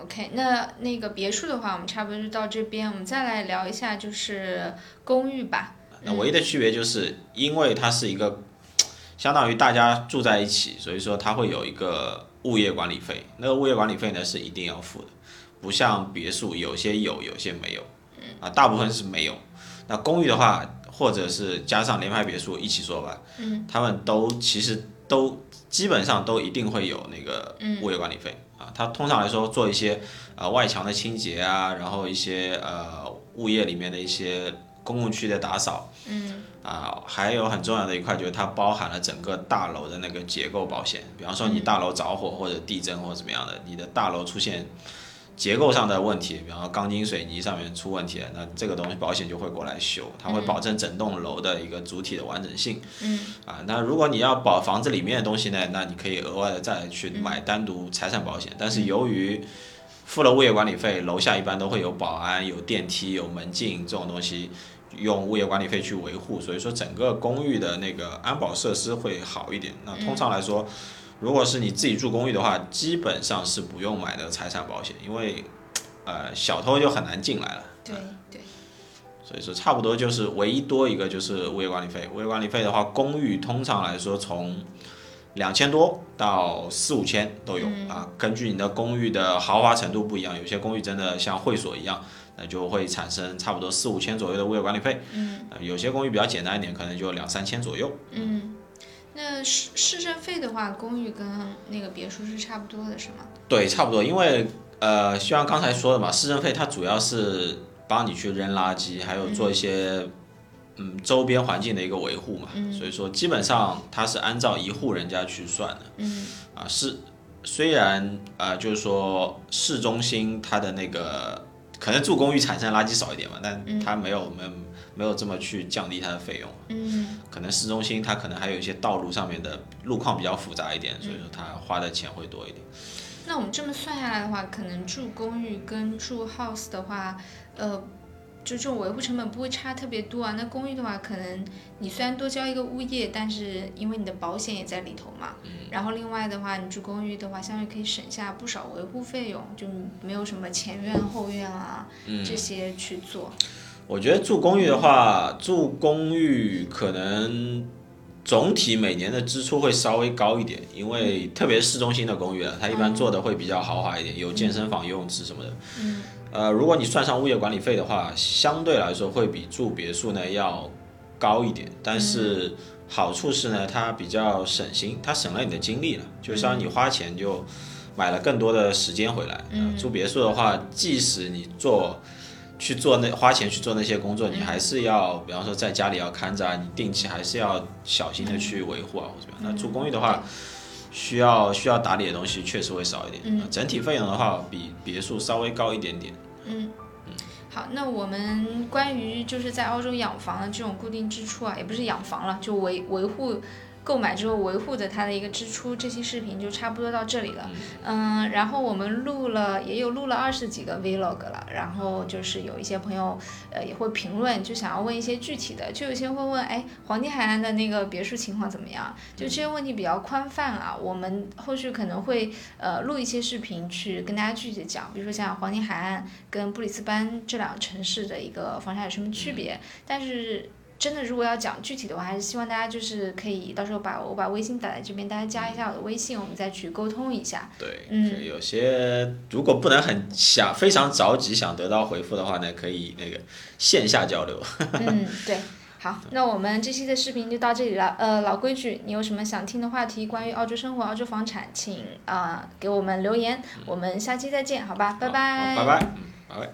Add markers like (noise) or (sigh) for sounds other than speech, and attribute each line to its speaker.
Speaker 1: OK，那那个别墅的话，我们差不多就到这边，我们再来聊一下就是公寓吧。
Speaker 2: 那唯一的区别就是，因为它是一个相当于大家住在一起，所以说它会有一个物业管理费。那个物业管理费呢是一定要付的，不像别墅有些有，有些没有。啊，大部分是没有。那公寓的话，或者是加上联排别墅一起说吧，嗯，他们都其实都基本上都一定会有那个物业管理费。啊，它通常来说做一些呃外墙的清洁啊，然后一些呃物业里面的一些公共区的打扫。啊，还有很重要的一块就是它包含了整个大楼的那个结构保险，比方说你大楼着火或者地震或者怎么样的，你的大楼出现结构上的问题，比方说钢筋水泥上面出问题了，那这个东西保险就会过来修，它会保证整栋楼的一个主体的完整性。嗯。啊，那如果你要保房子里面的东西呢，那你可以额外的再去买单独财产保险，但是由于付了物业管理费，楼下一般都会有保安、有电梯、有门禁这种东西，用物业管理费去维护，所以说整个公寓的那个安保设施会好一点。那通常来说，如果是你自己住公寓的话，基本上是不用买的财产保险，因为呃小偷就很难进来了。
Speaker 1: 对对，
Speaker 2: 所以说差不多就是唯一多一个就是物业管理费。物业管理费的话，公寓通常来说从两千多到四五千都有、啊，根据你的公寓的豪华程度不一样，有些公寓真的像会所一样，那就会产生差不多四五千左右的物业管理费。嗯、有些公寓比较简单一点，可能就两三千左右。
Speaker 1: 那市市政费的话，公寓跟那个别墅是差不多的，是吗？
Speaker 2: 对，差不多，因为呃，就像刚才说的嘛，市政费它主要是帮你去扔垃圾，还有做一些嗯周边环境的一个维护嘛，所以说基本上它是按照一户人家去算的。嗯，啊是，虽然啊、呃就是说市中心它的那个可能住公寓产生垃圾少一点嘛，但它没有我们、没有这么去降低它的费用。嗯，可能市中心它可能还有一些道路上面的路况比较复杂一点，所以说它花的钱会多一点。
Speaker 1: 那我们这么算下来的话，可能住公寓跟住 house 的话，呃，就这种维护成本不会差特别多啊。那公寓的话，可能你虽然多交一个物业，但是因为你的保险也在里头嘛，然后另外的话，你住公寓的话，相对可以省下不少维护费用，就没有什么前院后院啊、这些去做。
Speaker 2: 我觉得住公寓的话，住公寓可能总体每年的支出会稍微高一点，因为特别是市中心的公寓啊了，它一般做的会比较豪华一点，有健身房、游泳池什么的。呃，如果你算上物业管理费的话，相对来说会比住别墅呢要高一点，但是好处是呢，它比较省心，它省了你的精力了，就相当于你花钱就买了更多的时间回来。嗯、住别墅的话，即使你做去做那花钱去做那些工作，你还是要，比方说在家里要看着啊，你定期还是要小心的去维护啊，或者怎么样。那住公寓的话，需要需要打理的东西确实会少一点，呃整体费用的话比别墅稍微高一点点。
Speaker 1: 好，那我们关于就是在澳洲养房的这种固定支出啊，也不是养房了，就维维护。购买之后维护的它的一个支出，这期视频就差不多到这里了。嗯，然后我们录了也有录了二十几个 vlog 了，然后就是有一些朋友呃也会评论，就想要问一些具体的，就有些会问，哎，黄金海岸的那个别墅情况怎么样？就这些问题比较宽泛啊，我们后续可能会呃录一些视频去跟大家具体地讲，比如说像黄金海岸跟布里斯班这两个城市的一个房产有什么区别，但是。真的，如果要讲具体的话，还是希望大家就是可以到时候把我把微信打在这边，大家加一下我的微信，我们再去沟通一 (laughs) 下。
Speaker 2: 对，
Speaker 1: 嗯
Speaker 2: 所以有些如果不能很想非常着急想得到回复的话呢，可以那个线下交流。
Speaker 1: 嗯，对。好，那我们这期的视频就到这里了。呃，老规矩，你有什么想听的话题，关于澳洲生活、澳洲房产，呃嗯请啊、给我们留言。我们下期再见，好吧，拜
Speaker 2: 好拜拜，嗯，拜拜。